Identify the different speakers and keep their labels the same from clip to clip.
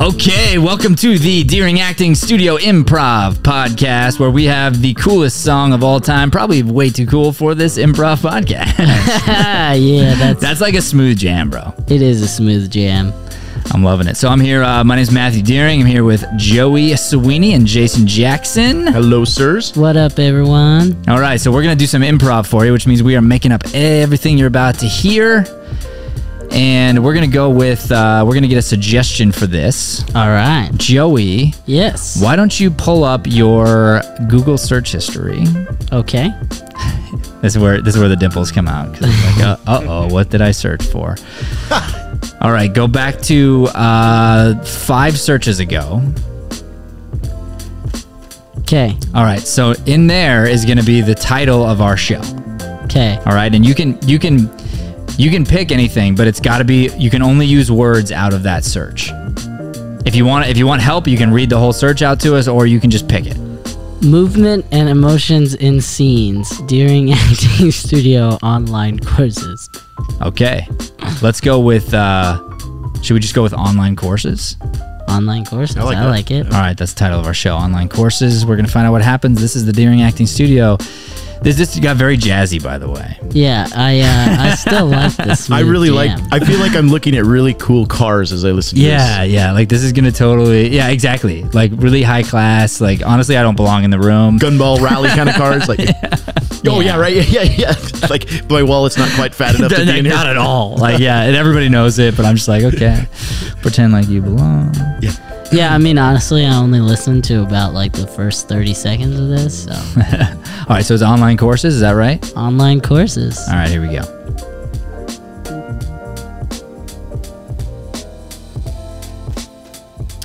Speaker 1: Okay, welcome to the Deering Acting Studio Improv podcast, where we have the coolest song of all time, probably way too cool for this improv podcast.
Speaker 2: Ah, yeah, that's
Speaker 1: That's like a smooth jam, bro.
Speaker 2: it is a smooth jam.
Speaker 1: I'm loving it. So I'm here. Uh, my name's Matthew Deering. I'm here with Joey Sweeney and Jason Jackson.
Speaker 3: Hello, sirs.
Speaker 2: What up, everyone?
Speaker 1: All right, so we're gonna do some improv for you, which means we are making up everything you're about to hear, and we're gonna go with uh, we're gonna get a suggestion for this.
Speaker 2: All right.
Speaker 1: Joey,
Speaker 2: Yes.
Speaker 1: why don't you pull up your Google search history?
Speaker 2: Okay.
Speaker 1: This is where this is where the dimples come out. 'cause it's like, uh oh, what did I search for? All right, go back to uh, five searches ago.
Speaker 2: Okay.
Speaker 1: All right, so in there is going to be the title of our show.
Speaker 2: Okay.
Speaker 1: All right, and you can you can you can pick anything, but it's got to be you can only use words out of that search. If you want if you want help, you can read the whole search out to us, or you can just pick it.
Speaker 2: Movement and emotions in scenes during acting studio online courses.
Speaker 1: Okay, let's go with. Uh, should we just go with online courses?
Speaker 2: Online courses. I
Speaker 3: like
Speaker 2: like, it.
Speaker 3: that.
Speaker 1: All right, that's the title of our show, Online Courses. We're going to find out what happens. This is the Deering Acting Studio. This, this got very jazzy, by the way.
Speaker 2: Yeah, I uh, I still like this.
Speaker 3: I
Speaker 2: smooth
Speaker 3: really like.
Speaker 2: jam.
Speaker 3: I feel like I'm looking at really cool cars as I listen to
Speaker 1: Yeah, yeah. Like, this is going to totally, yeah, exactly. Like, really high class. Like, honestly, I don't belong in the room.
Speaker 3: this. Gunball rally kind of cars, like. Oh yeah, right. Yeah, yeah, yeah. Like my wallet's not quite fat enough to be in here.
Speaker 1: Not at all. Like, yeah, and everybody knows it, but I'm just like, okay, pretend like you belong.
Speaker 2: yeah, I mean, honestly, I only listened to about like the first thirty seconds of this. So,
Speaker 1: All right, so it's online courses, is that right?
Speaker 2: online courses.
Speaker 1: All right, here we go.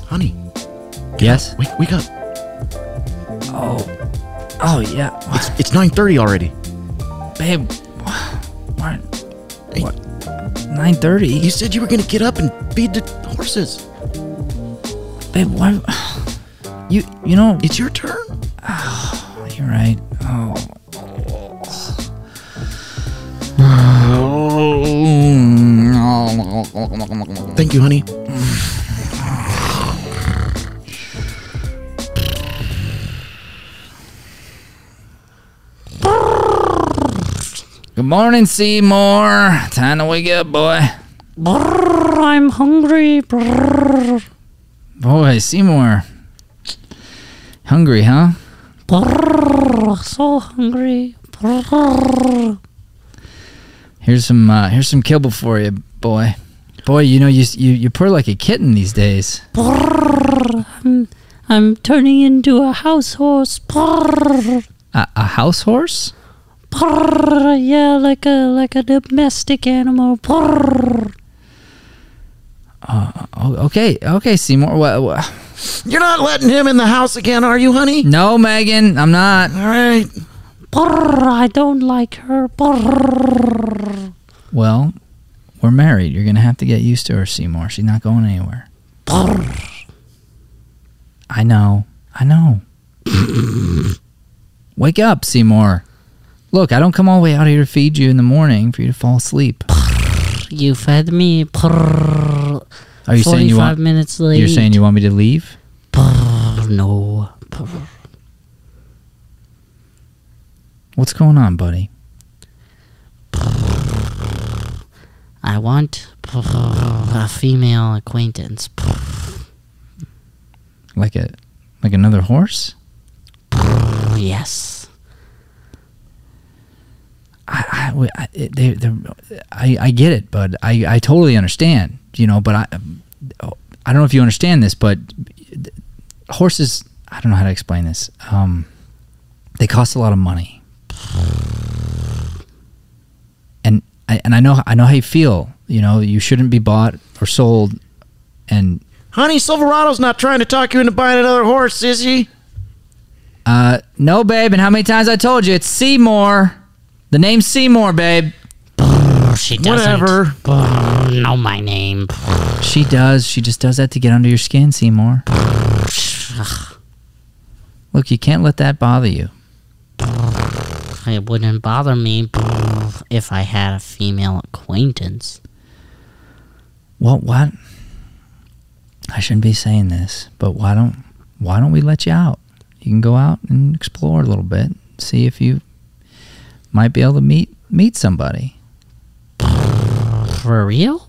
Speaker 3: Honey,
Speaker 1: Yes?
Speaker 3: wake, wake up!
Speaker 1: Oh, yeah.
Speaker 3: It's it's 9:30 already.
Speaker 1: Babe, Martin, what? 9.30?
Speaker 3: You said you were gonna get up and feed the horses.
Speaker 1: Babe, why? You you know
Speaker 3: It's your turn.
Speaker 1: you're right. Oh.
Speaker 3: Thank you, honey.
Speaker 1: Good morning, Seymour. Time to wake up, boy.
Speaker 2: I'm hungry.
Speaker 1: Boy, Seymour. Hungry, huh?
Speaker 2: so hungry.
Speaker 1: Here's some uh, here's some kibble for you, boy. Boy, you know you s- you you purr like a kitten these days.
Speaker 2: I'm turning into a house horse.
Speaker 1: A, a house horse?
Speaker 2: Yeah, like a like a domestic animal.
Speaker 1: Oh, okay, okay, Seymour. What, what?
Speaker 3: You're not letting him in the house again, are you, honey?
Speaker 1: No, Megan, I'm not.
Speaker 3: All right.
Speaker 2: I don't like her.
Speaker 1: Well, we're married. You're gonna have to get used to her, Seymour. She's not going anywhere. I know. I know. Wake up, Seymour. Look, I don't come all the way out here to feed you in the morning for you to fall asleep.
Speaker 2: You fed me.
Speaker 1: Are you saying you
Speaker 2: 45
Speaker 1: want?
Speaker 2: minutes late.
Speaker 1: You're saying you want me to leave?
Speaker 2: no.
Speaker 1: What's going on, buddy?
Speaker 2: I want a female acquaintance.
Speaker 1: Like a, like another horse?
Speaker 2: Yes.
Speaker 1: I, I- I, it- they, they're, I, I get it, but I, I totally understand, you know, but I, um, I don't know if you understand this, but horses, I don't know how to explain this. Um, they cost a lot of money. And I, and I know, I know how you feel, you know, you shouldn't be bought or sold. And,
Speaker 3: Honey, Silverado's not trying to talk you into buying another horse, is he?
Speaker 1: uh, no, babe. And how many times I told you it's Seymour, the name Seymour, babe.
Speaker 2: She doesn't
Speaker 3: Whatever.
Speaker 2: know my name.
Speaker 1: She does. She just does that to get under your skin, Seymour. Look, you can't let that bother you.
Speaker 2: It wouldn't bother me if I had a female acquaintance.
Speaker 1: What? What? I shouldn't be saying this, but why don't why don't we let you out? You can go out and explore a little bit, see if you might be able to meet meet somebody.
Speaker 2: For real?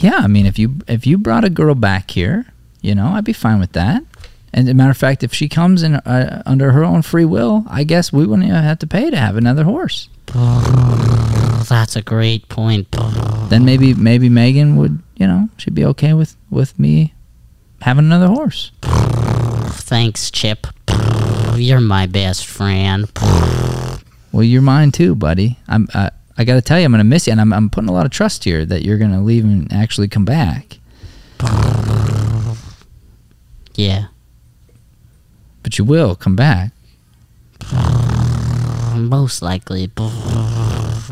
Speaker 1: Yeah, I mean if you if you brought a girl back here, you know, I'd be fine with that. And as a matter of fact, if she comes in uh, under her own free will, I guess we wouldn't even have to pay to have another horse.
Speaker 2: That's a great point.
Speaker 1: Then maybe maybe Megan would, you know, she'd be okay with with me having another horse.
Speaker 2: Thanks, Chip. You're my best friend.
Speaker 1: Well, you're mine too, buddy. I'm. I, I got to tell you, I'm gonna miss you, and I'm, I'm putting a lot of trust here that you're gonna leave and actually come back.
Speaker 2: Yeah.
Speaker 1: But you will come back.
Speaker 2: Most likely.
Speaker 1: W-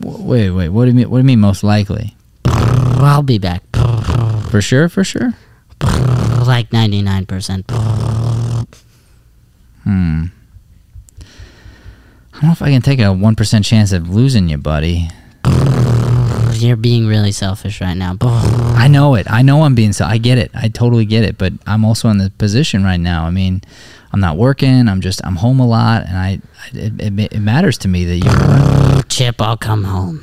Speaker 1: wait, wait. What do you mean? What do you mean? Most likely,
Speaker 2: I'll be back.
Speaker 1: for sure, for sure.
Speaker 2: Like 99%.
Speaker 1: Hmm. I don't know if I can take a one percent chance of losing you, buddy.
Speaker 2: You're being really selfish right now.
Speaker 1: I know it. I know I'm being so. I get it. I totally get it. But I'm also in the position right now. I mean, I'm not working. I'm just. I'm home a lot, and I. I it, it, ma- it matters to me that you. are
Speaker 2: Chip, I'll come home.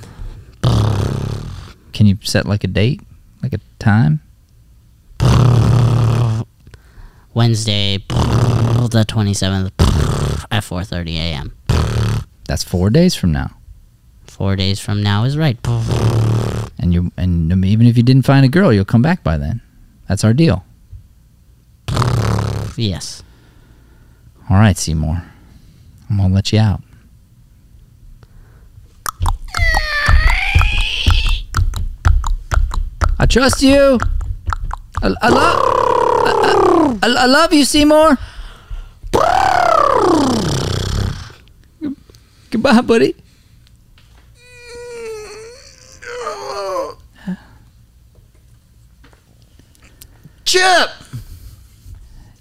Speaker 1: Can you set like a date, like a time?
Speaker 2: Wednesday, the 27th, at 4.30 a.m.
Speaker 1: That's four days from now.
Speaker 2: Four days from now is right.
Speaker 1: and you and um, even if you didn't find a girl, you'll come back by then. That's our deal.
Speaker 2: Yes.
Speaker 1: All right, Seymour. I'm gonna let you out. I trust you. I, I love. I, I, I love you, Seymour. Goodbye, buddy.
Speaker 3: Chip!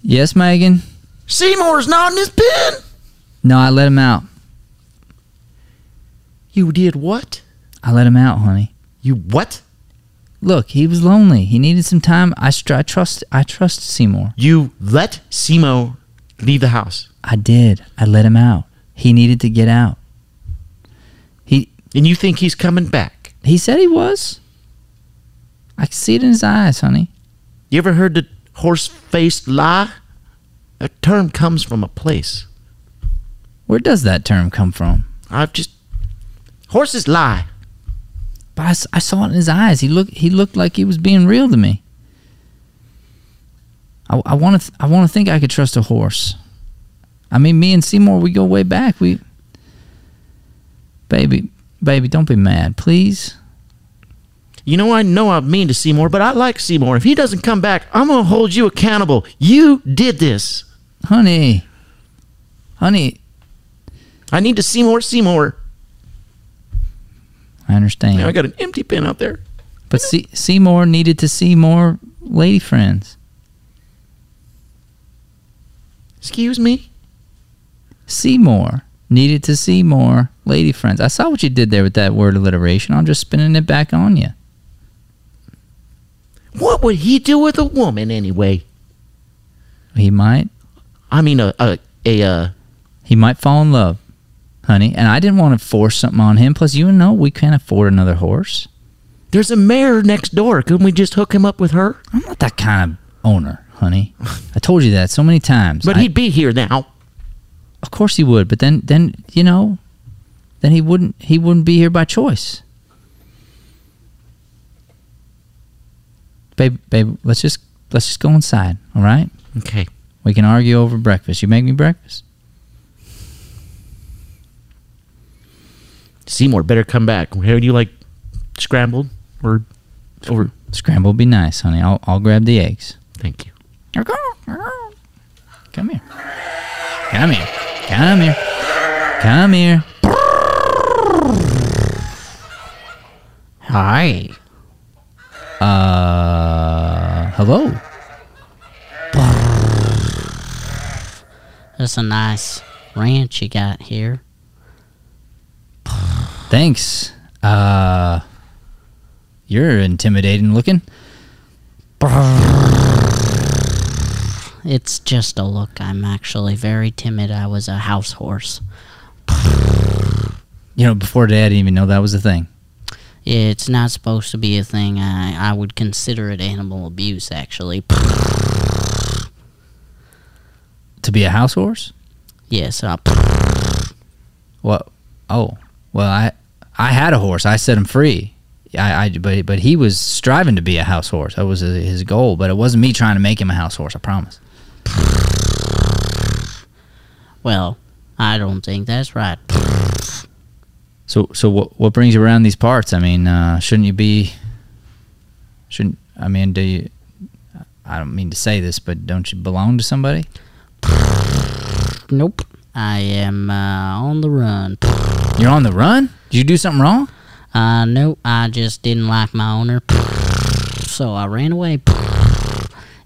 Speaker 1: Yes, Megan.
Speaker 3: Seymour's not in his pen!
Speaker 1: No, I let him out.
Speaker 3: You did what?
Speaker 1: I let him out, honey.
Speaker 3: You what?
Speaker 1: Look, he was lonely. He needed some time. I, str- I trust. I trust Seymour.
Speaker 3: You let Seymour leave the house.
Speaker 1: I did. I let him out. He needed to get out. He
Speaker 3: And you think he's coming back.
Speaker 1: he said he was. I could see it in his eyes, honey.
Speaker 3: You ever heard the horse faced lie? That term comes from a place.
Speaker 1: Where does that term come from?
Speaker 3: I've just. Horses lie.
Speaker 1: But I, s- I saw it in his eyes. He looked. He looked like he was being real to me. I, I want to. Th- I want to think I could trust a horse. I mean, me and Seymour, we go way back. We, baby, baby, don't be mad, please.
Speaker 3: You know, I know I mean to Seymour, but I like Seymour. If he doesn't come back, I'm going to hold you accountable. You did this.
Speaker 1: honey, honey,
Speaker 3: I need to Seymour, Seymour.
Speaker 1: I understand.
Speaker 3: Now I got an empty pen out there.
Speaker 1: but Se- Seymour needed to see more lady friends.
Speaker 3: Excuse me?
Speaker 1: Seymour needed to see more lady friends. I saw what you did there with that word alliteration. I'm just spinning it back on you.
Speaker 3: What would he do with a woman anyway?
Speaker 1: He might,
Speaker 3: I mean, a. a, a uh,
Speaker 1: he might fall in love, honey. And I didn't want to force something on him. Plus, you know we can't afford another horse.
Speaker 3: there's a mare next door. Couldn't we just hook him up with her?
Speaker 1: I'm not that kind of owner, honey. I told you that so many times.
Speaker 3: But
Speaker 1: I-
Speaker 3: he'd be here now.
Speaker 1: of course he would. But then, then you know, then he wouldn't. He wouldn't be here by choice. Babe, babe, let's just let's just go inside. All right,
Speaker 3: Okay.
Speaker 1: we can argue over breakfast. You make me breakfast.
Speaker 3: Seymour better come back. Are you like scrambled or or
Speaker 1: Scramble would be nice, honey. I'll I'll grab the eggs.
Speaker 3: thank you.
Speaker 1: Come here. Come here. Come here. Come here.
Speaker 2: Hi.
Speaker 1: Uh, hello.
Speaker 2: That's a nice ranch you got here.
Speaker 1: Thanks. Uh, you're intimidating looking.
Speaker 2: It's just a look. I'm actually very timid. I was a house horse.
Speaker 1: You know, before today, I didn't even know that was a thing.
Speaker 2: It's not supposed to be a thing. I, I would consider it animal abuse, actually.
Speaker 1: To be a house horse?
Speaker 2: Yeah, so I,
Speaker 1: What? Oh, well, I I had a horse. I set him free. I, I but but he was striving to be a house horse. That was his his goal. But it wasn't me trying to make him a house horse. I promise.
Speaker 2: well, I don't think that's right.
Speaker 1: So so what what brings you around these parts? I mean, uh, shouldn't you be? Shouldn't I mean? Do you? I don't mean to say this, but don't you belong to somebody?
Speaker 2: Nope. I am uh, on the run.
Speaker 1: You're on the run. Did you do something wrong?
Speaker 2: Uh, nope. I just didn't like my owner. So I ran away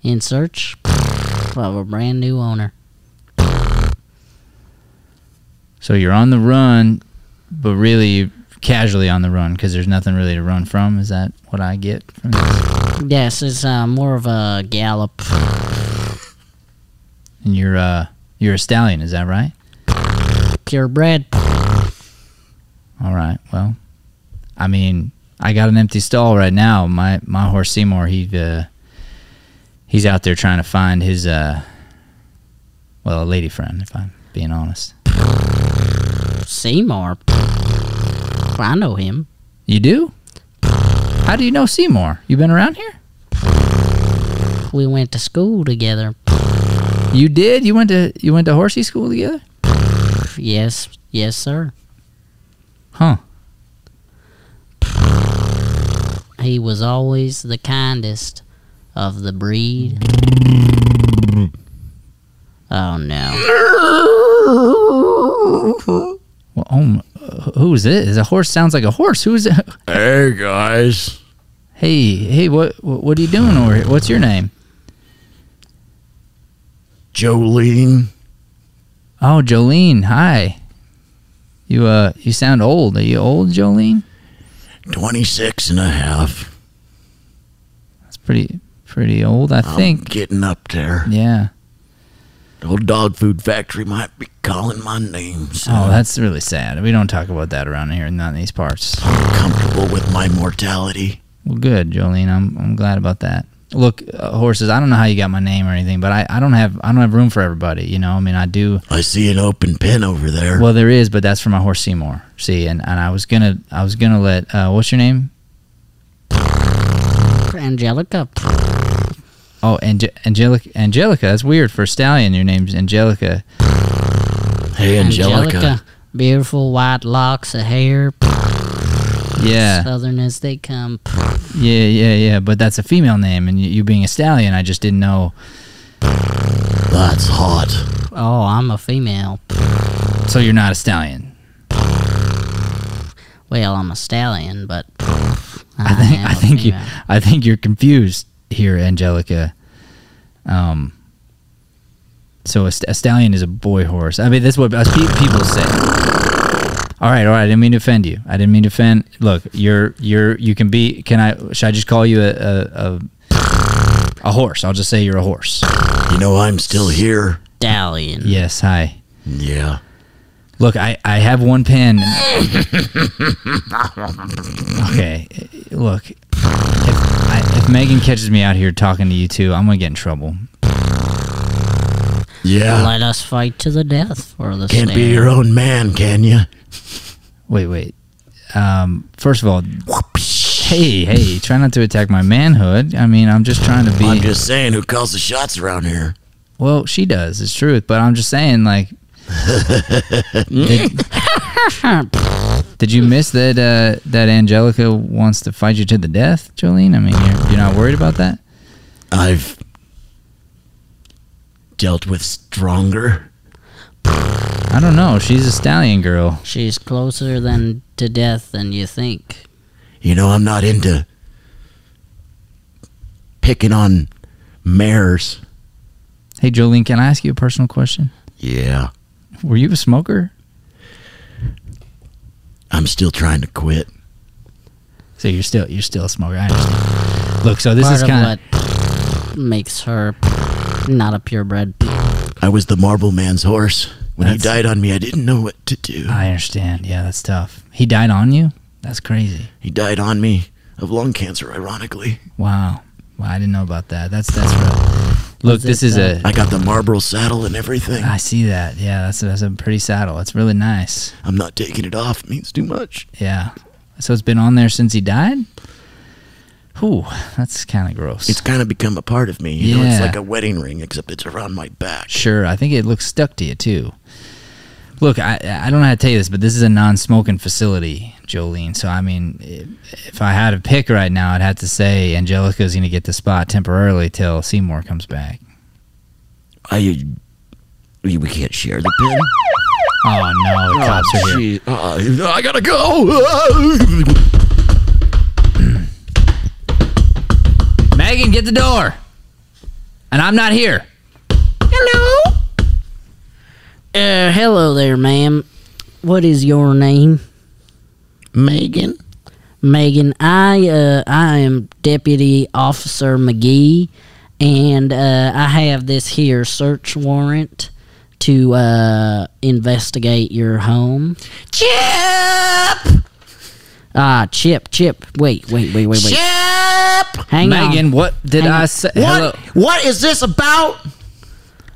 Speaker 2: in search of a brand new owner.
Speaker 1: So you're on the run, but really casually on the run because there's nothing really to run from. Is that what I get from this?
Speaker 2: Yes, it's uh, more of a gallop.
Speaker 1: And you're uh you're a stallion, is that right?
Speaker 2: Purebred.
Speaker 1: All right. Well, I mean, I got an empty stall right now. My my horse Seymour, he uh he's out there trying to find his uh well, a lady friend if I'm being honest.
Speaker 2: Seymour. I know him.
Speaker 1: You do? How do you know Seymour? You been around here?
Speaker 2: We went to school together.
Speaker 1: You did? You went to you went to horsey school together?
Speaker 2: Yes, yes, sir.
Speaker 1: Huh.
Speaker 2: He was always the kindest of the breed. Oh no.
Speaker 1: Well, oh, m- uh, who's this? A horse sounds like a horse. Who's it?
Speaker 3: Hey guys.
Speaker 1: Hey, hey, what what are you doing over here? What's your name?
Speaker 3: Jolene.
Speaker 1: Oh, Jolene, hi. You uh you sound old. Are you old, Jolene?
Speaker 3: 26 and a half.
Speaker 1: That's pretty pretty old, I
Speaker 3: I'm
Speaker 1: think.
Speaker 3: getting up there.
Speaker 1: Yeah.
Speaker 3: The old dog food factory might be calling my name. So
Speaker 1: Oh, that's really sad. We don't talk about that around here, not in these parts.
Speaker 3: I'm comfortable with my mortality.
Speaker 1: Well, good, Jolene. I'm I'm glad about that. Look, uh, horses. I don't know how you got my name or anything, but I, I don't have I don't have room for everybody. You know, I mean, I do.
Speaker 3: I see an open pen over there.
Speaker 1: Well, there is, but that's for my horse Seymour. See, and, and I was gonna I was gonna let uh, what's your name?
Speaker 2: Angelica.
Speaker 1: Oh, Ange- Angelica. Angelica. That's weird for a stallion. Your name's Angelica.
Speaker 3: Hey, Angelica.
Speaker 2: Beautiful white locks of hair.
Speaker 1: Yeah.
Speaker 2: Southern as they come.
Speaker 1: Yeah, yeah, yeah. But that's a female name, and you, you being a stallion, I just didn't know.
Speaker 3: That's hot.
Speaker 2: Oh, I'm a female.
Speaker 1: So you're not a stallion.
Speaker 2: Well, I'm a stallion, but
Speaker 1: I think
Speaker 2: am
Speaker 1: I
Speaker 2: a
Speaker 1: think you
Speaker 2: female.
Speaker 1: I think you're confused here, Angelica. Um. So a, st- a stallion is a boy horse. I mean, that's what us pe- people say. All right, all right. I didn't mean to offend you. I didn't mean to offend. Look, you're you're you can be. Can I? Should I just call you a a, a, a horse? I'll just say you're a horse.
Speaker 3: You know, I'm still here.
Speaker 2: stallion.
Speaker 1: Yes. Hi.
Speaker 3: Yeah.
Speaker 1: Look, I, I have one pen. okay, look. If, I, if Megan catches me out here talking to you two, I'm gonna get in trouble.
Speaker 3: Yeah.
Speaker 2: Let us fight to the death for the
Speaker 3: Can't be
Speaker 2: stallion.
Speaker 3: your own man, can you?
Speaker 1: Wait, wait. Um, first of all, hey, hey, try not to attack my manhood. I mean, I'm just trying to be.
Speaker 3: I'm just saying who calls the shots around here.
Speaker 1: well, she does. It's truth, but I'm just saying, like. did, did you miss that? Uh, that Angelica wants to fight you to the death, Jolene. I mean, you're, you're not worried about that.
Speaker 3: I've dealt with stronger.
Speaker 1: I don't know. She's a stallion girl.
Speaker 2: She's closer than to death than you think.
Speaker 3: You know, I'm not into picking on mares.
Speaker 1: Hey, Jolene, can I ask you a personal question?
Speaker 3: Yeah.
Speaker 1: Were you a smoker?
Speaker 3: I'm still trying to quit.
Speaker 1: So you're still you're still a smoker. I understand. Look, so this
Speaker 2: Part
Speaker 1: is
Speaker 2: of
Speaker 1: kind
Speaker 2: what makes her not a purebred.
Speaker 3: I was the marble man's horse. When
Speaker 1: That's-
Speaker 3: he died on me, I didn't know what to do.
Speaker 1: I understand. Yeah, that's tough. He died on you? That's crazy.
Speaker 3: he died on me of lung cancer, ironically.
Speaker 1: Wow. Wow, I didn't know about that. That's that's real. Look,
Speaker 2: Was it, uh,
Speaker 1: this is a.
Speaker 3: I got the marble saddle and everything.
Speaker 1: I see that. Yeah, that's a, that's a pretty saddle. It's really nice.
Speaker 3: I'm not taking it off. It means too much.
Speaker 1: Yeah. So it's been on there since he died? Whew, that's kind of gross.
Speaker 3: It's kind of become a part of me. You know, it's
Speaker 1: Yeah.
Speaker 3: like a wedding ring, except it's around my back.
Speaker 1: Sure, I think it looks stuck to you too. Look, I I don't know how to tell you this, but this is a non-smoking facility, Jolene. So I mean, i- if I had a pick right now, I'd have to say Angelica's going to get the spot temporarily till Seymour comes back.
Speaker 3: I. We we can't share the pin.
Speaker 1: Oh no, the cops are here.
Speaker 3: Gee, uh, I gotta go.
Speaker 1: Megan, get the door. And I'm not here.
Speaker 2: Hello. Uh, hello there, ma'am. What is your name?
Speaker 3: Megan.
Speaker 2: Megan, I uh, I am Deputy Officer McGee, and uh, I have this here search warrant to uh, investigate your home.
Speaker 3: Chip.
Speaker 2: Ah, Chip, Chip, wait, wait, wait, wait, wait.
Speaker 3: Chip.
Speaker 2: Hang
Speaker 1: Megan,
Speaker 2: on.
Speaker 1: what did
Speaker 2: Hang
Speaker 1: I
Speaker 2: on.
Speaker 1: say? Hello.
Speaker 3: What? What is this about,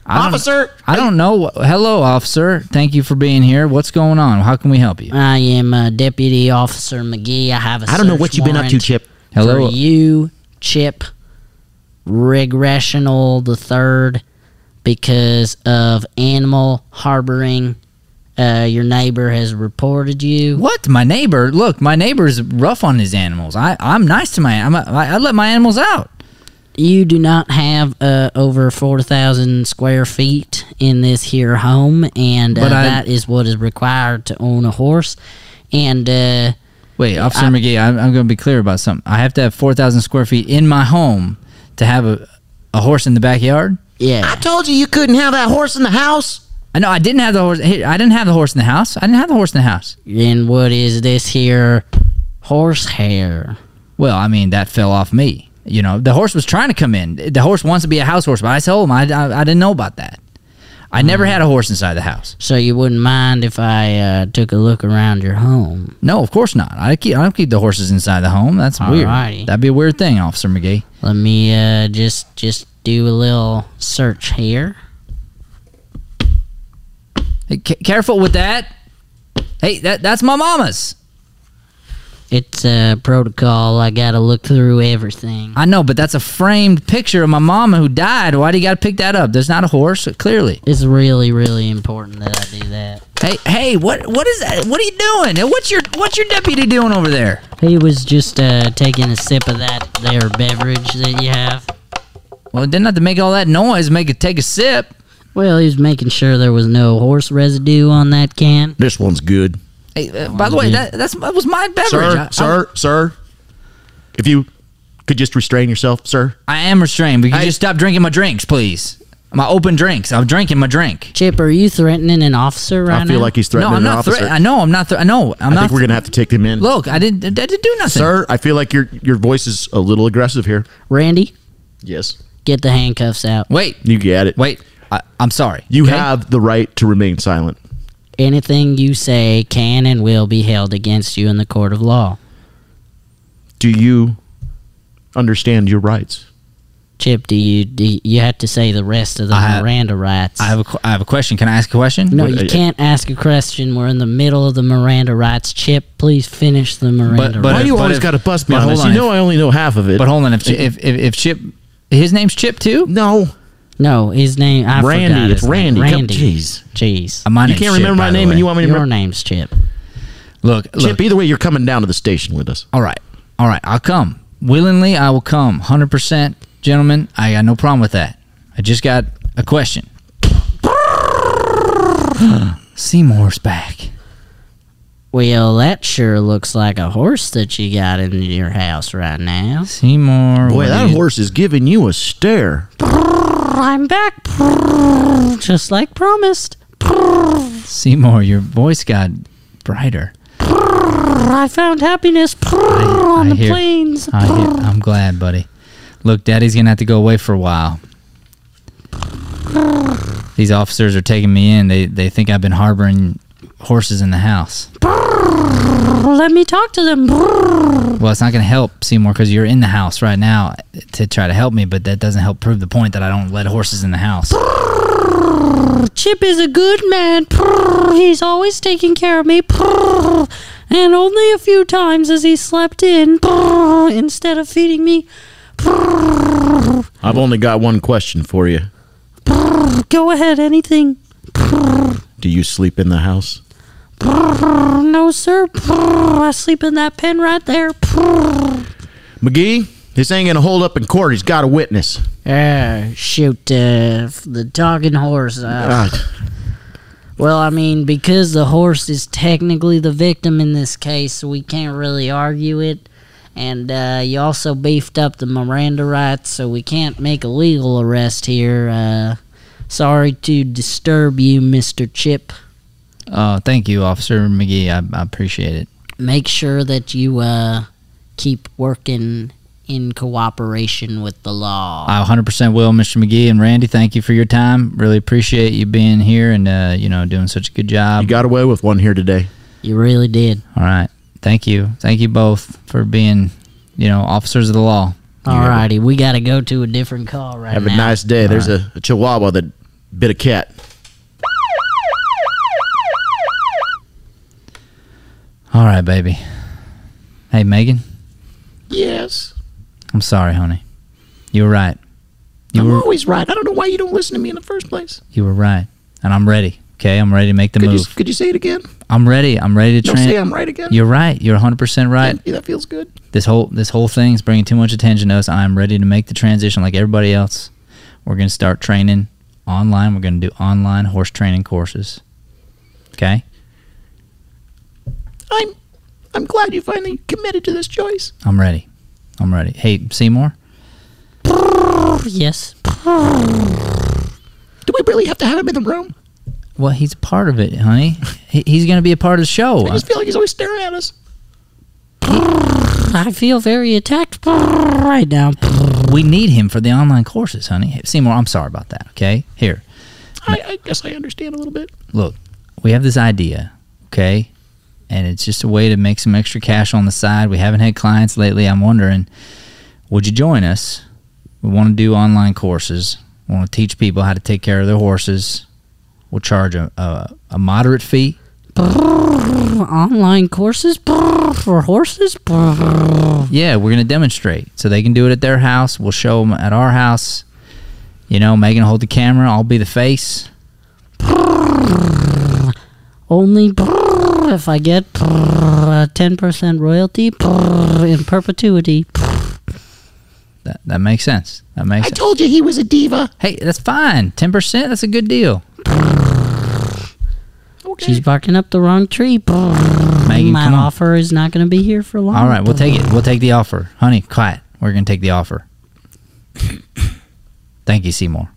Speaker 1: I don't-
Speaker 3: officer?
Speaker 1: I don't know. Hello, officer. Thank you for being here. What's going on? How can we help you?
Speaker 2: I am uh, Deputy Officer McGee. I have a
Speaker 3: I don't know
Speaker 2: search
Speaker 3: what you've been up to,
Speaker 2: warrant
Speaker 3: Chip.
Speaker 1: Hello.
Speaker 2: For you, Chip Regressional the third, because of animal harboring. Uh, your neighbor has reported you.
Speaker 1: What? My neighbor? Look, my neighbor's rough on his animals. I, I'm nice to my. I'm a, I, I let my animals out.
Speaker 2: You do not have uh, over four thousand square feet in this here home, and uh,
Speaker 1: But I-
Speaker 2: that is what is required to own a horse. And uh,
Speaker 1: Wait, Officer
Speaker 2: I-
Speaker 1: McGee, I'm, I'm going to be clear about something. I have to have 4,000 square feet in my home to have a, a horse in the backyard.
Speaker 3: I
Speaker 2: yeah,
Speaker 3: told you you couldn't have that horse in the house.
Speaker 1: I know I didn't have the horse. hey, I didn't have the horse in the house. I didn't have the horse in the house.
Speaker 2: and what is this here horse hair?
Speaker 1: Well, I mean that fell off me. You know, the horse was trying to come in. The horse wants to be a house horse, but I told him I, I, I didn't know about that. I never had a horse inside the house.
Speaker 2: So you wouldn't mind if I uh, took a look around your home?
Speaker 1: No, of course not. I keep I don't keep the horses inside the home. That's weird.
Speaker 2: Alrighty.
Speaker 1: That'd be a weird thing, Officer McGee.
Speaker 2: Let me uh, just just do a little search here.
Speaker 1: Hey, c- careful with that. Hey, that that's my mama's.
Speaker 2: It's a protocol. I gotta look through everything.
Speaker 1: I know, but that's a framed picture of my mama who died. Why do you got to pick that up? There's not a horse, clearly.
Speaker 2: It's really really important that I do that.
Speaker 1: Hey, hey, what what is that? What are you doing? And what's your what's your deputy doing over there?
Speaker 2: He was just uh, taking a sip of that there beverage that you have.
Speaker 1: Well, it didn't have to make all that noise. Make it take a sip.
Speaker 2: Well, he was making sure there was no horse residue on that can.
Speaker 3: This one's good.
Speaker 1: Hey, uh, by the way, that that's that was my beverage.
Speaker 3: sir,
Speaker 1: I,
Speaker 3: sir, sir. If you could just restrain yourself, sir.
Speaker 1: I, I am restrained. But you
Speaker 3: Hey.
Speaker 1: just stop drinking my drinks, please. My open drinks. I'm drinking my drink.
Speaker 2: Chip, are you threatening an officer right
Speaker 3: I feel
Speaker 2: now?
Speaker 3: like he's
Speaker 1: No,
Speaker 3: threatening
Speaker 1: I'm
Speaker 3: an
Speaker 1: not.
Speaker 3: officer.
Speaker 1: Thre- I know I'm not. Thre- I know I'm
Speaker 3: I
Speaker 1: not.
Speaker 3: think we're gonna have to take him in.
Speaker 1: Look, I didn't. I didn't do nothing.
Speaker 3: sir, I feel like your your voice is a little aggressive here.
Speaker 2: Randy,
Speaker 3: Yes,
Speaker 2: get the handcuffs out.
Speaker 1: Wait,
Speaker 3: you get it.
Speaker 1: wait. I, I'm sorry.
Speaker 3: you
Speaker 1: okay?
Speaker 3: have the right to remain silent.
Speaker 2: Anything you say can and will be held against you in the court of law.
Speaker 3: Do you understand your rights?
Speaker 2: Chip, do you do you have to say the rest of the
Speaker 1: I have-
Speaker 2: Miranda rights?
Speaker 1: I have uh, a. qu- I have a question. Can I ask a question?
Speaker 2: no,
Speaker 3: What-
Speaker 2: you
Speaker 3: I-
Speaker 2: can't ask a question. We're in the middle of the Miranda rights. Chip, please finish the Miranda
Speaker 1: but
Speaker 3: Why
Speaker 1: if-
Speaker 2: rights.
Speaker 3: do you
Speaker 1: but
Speaker 3: always
Speaker 1: if-
Speaker 3: got to bust me
Speaker 1: but
Speaker 3: on
Speaker 1: hold
Speaker 3: this?
Speaker 1: on,
Speaker 3: you know
Speaker 1: if-
Speaker 3: I only know half of it.
Speaker 1: But hold on. If if if, if Chip, his name's Chip too.
Speaker 3: no,
Speaker 2: No, his name. I forgot
Speaker 3: Randy, it's
Speaker 2: his
Speaker 3: Randy.
Speaker 2: Name.
Speaker 3: Come-
Speaker 2: Randy.
Speaker 3: Jeez.
Speaker 2: Jeez.
Speaker 1: Uh, My
Speaker 3: you
Speaker 1: name's
Speaker 3: can't
Speaker 1: Chip,
Speaker 3: remember
Speaker 1: by
Speaker 3: my
Speaker 1: the
Speaker 3: name,
Speaker 1: way.
Speaker 3: and you want me to
Speaker 2: Your
Speaker 3: remember
Speaker 2: name's Chip.
Speaker 1: Look, look.
Speaker 3: Chip. Either way, you're coming down to the station with us.
Speaker 1: All right, all right. I'll come willingly. I will come. Hundred percent, gentlemen. I got no problem with that. I just got a question. Seymour's back.
Speaker 2: Well, that sure looks like a horse that you got in your house right now.
Speaker 1: Seymour. what
Speaker 3: Boy, that
Speaker 1: do you-
Speaker 3: horse is giving you a stare.
Speaker 2: I'm back, just like promised.
Speaker 1: Seymour, your voice got brighter.
Speaker 2: I found happiness
Speaker 1: I
Speaker 2: on the
Speaker 1: hear-
Speaker 2: plains.
Speaker 1: I hear, I'm glad, buddy. Look, Daddy's gonna have to go away for a while. These officers are taking me in. They they think I've been harboring horses in the house.
Speaker 2: Let me talk to them.
Speaker 1: Well, it's not gonna help Seymour because you're in the house right now to try to help me, but that doesn't help prove the point that I don't let horses in the house.
Speaker 2: Chip is a good man. He's always taking care of me. And only a few times has he slept in instead of feeding me.
Speaker 3: I've only got one question for you.
Speaker 2: Go ahead, anything.
Speaker 3: Do you sleep in the house?
Speaker 2: No, sir. I sleep in that pen right there.
Speaker 3: McGee, this ain't gonna hold up in court. He's got a witness.
Speaker 2: Uh, shoot, uh, the talking horse. Uh,
Speaker 1: Ah.
Speaker 2: well, I mean, because the horse is technically the victim in this case, we can't really argue it. And uh, you also beefed up the Miranda rights, so we can't make a legal arrest here. Uh, sorry to disturb you, Mr. Chip.
Speaker 1: Oh, thank you, Officer McGee. I, I appreciate it.
Speaker 2: Make sure that you uh, keep working in cooperation with the law.
Speaker 1: I 100% will, Mr. McGee and Randy. Thank you for your time. Really appreciate you being here and uh, you know doing such a good
Speaker 3: You
Speaker 1: job.
Speaker 3: got away with one here today.
Speaker 2: You really did.
Speaker 1: All right, thank you, thank you both for being you know officers of the law.
Speaker 2: Alrighty, we gotta go to a different call right
Speaker 3: Have
Speaker 2: now.
Speaker 3: a nice day. There's a, a chihuahua that bit a cat.
Speaker 1: All right, baby. Hey, Megan.
Speaker 3: Yes.
Speaker 1: I'm sorry, honey. You were right. You
Speaker 3: I'm
Speaker 1: were
Speaker 3: always right. I don't know why you don't listen to me in the first place.
Speaker 1: you were right, and I'm ready. Okay, I'm ready to make the
Speaker 3: Could you,
Speaker 1: move.
Speaker 3: could you say it again?
Speaker 1: I'm ready. I'm ready to
Speaker 3: No,
Speaker 1: train.
Speaker 3: say I'm right again.
Speaker 1: You're right. You're 100% right.
Speaker 3: Thank you. That feels good.
Speaker 1: this whole this whole thing's bringing too much attention to us. I'm ready to make the transition like everybody else. We're gonna start training online. We're gonna do online horse training courses. Okay,
Speaker 3: I'm I'm glad you finally committed to this choice.
Speaker 1: I'm ready. I'm ready. Hey Seymour,
Speaker 2: Yes.
Speaker 3: Do we really have to have him in the room?
Speaker 1: well he's a part of it, honey. He, he's gonna be a part of the show.
Speaker 3: I just feel like he's always staring at us.
Speaker 2: I feel very attacked right now.
Speaker 1: we need him for the online courses, honey. Hey, Seymour, I'm sorry about that. Okay, here,
Speaker 3: I, I guess I understand a little bit.
Speaker 1: look, we have this idea, okay, and it's just a way to make some extra cash on the side. We haven't had clients lately. I'm wondering, would you join us? We want to do online courses. We want to teach people how to take care of their horses. We'll charge a, a, a moderate fee.
Speaker 2: Online courses for horses.
Speaker 1: Yeah, we're going to demonstrate so they can do it at their house. We'll show them at our house. You know, Megan will hold the camera. I'll be the face.
Speaker 2: Only if I get a 10% royalty in perpetuity.
Speaker 1: That, that makes sense. That makes
Speaker 3: I
Speaker 1: sense.
Speaker 3: told you he was a diva.
Speaker 1: Hey, that's fine. 10%, that's a good deal.
Speaker 3: Okay.
Speaker 2: She's barking up the wrong tree.
Speaker 1: Megan,
Speaker 2: My
Speaker 1: come on.
Speaker 2: offer is not going to be here for long.
Speaker 1: All right, we'll take it. We'll take the offer. Honey, quiet. We're going to take the offer. Thank you, Seymour.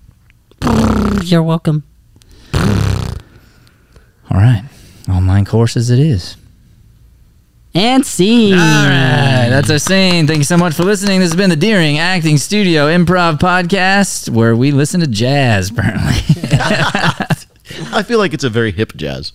Speaker 2: You're welcome.
Speaker 1: All right. Online courses it is.
Speaker 2: And see.
Speaker 1: All right. That's our scene. Thank you so much for listening. This has been the Deering Acting Studio Improv Podcast where we listen to jazz, apparently.
Speaker 3: I feel like it's a very hip jazz.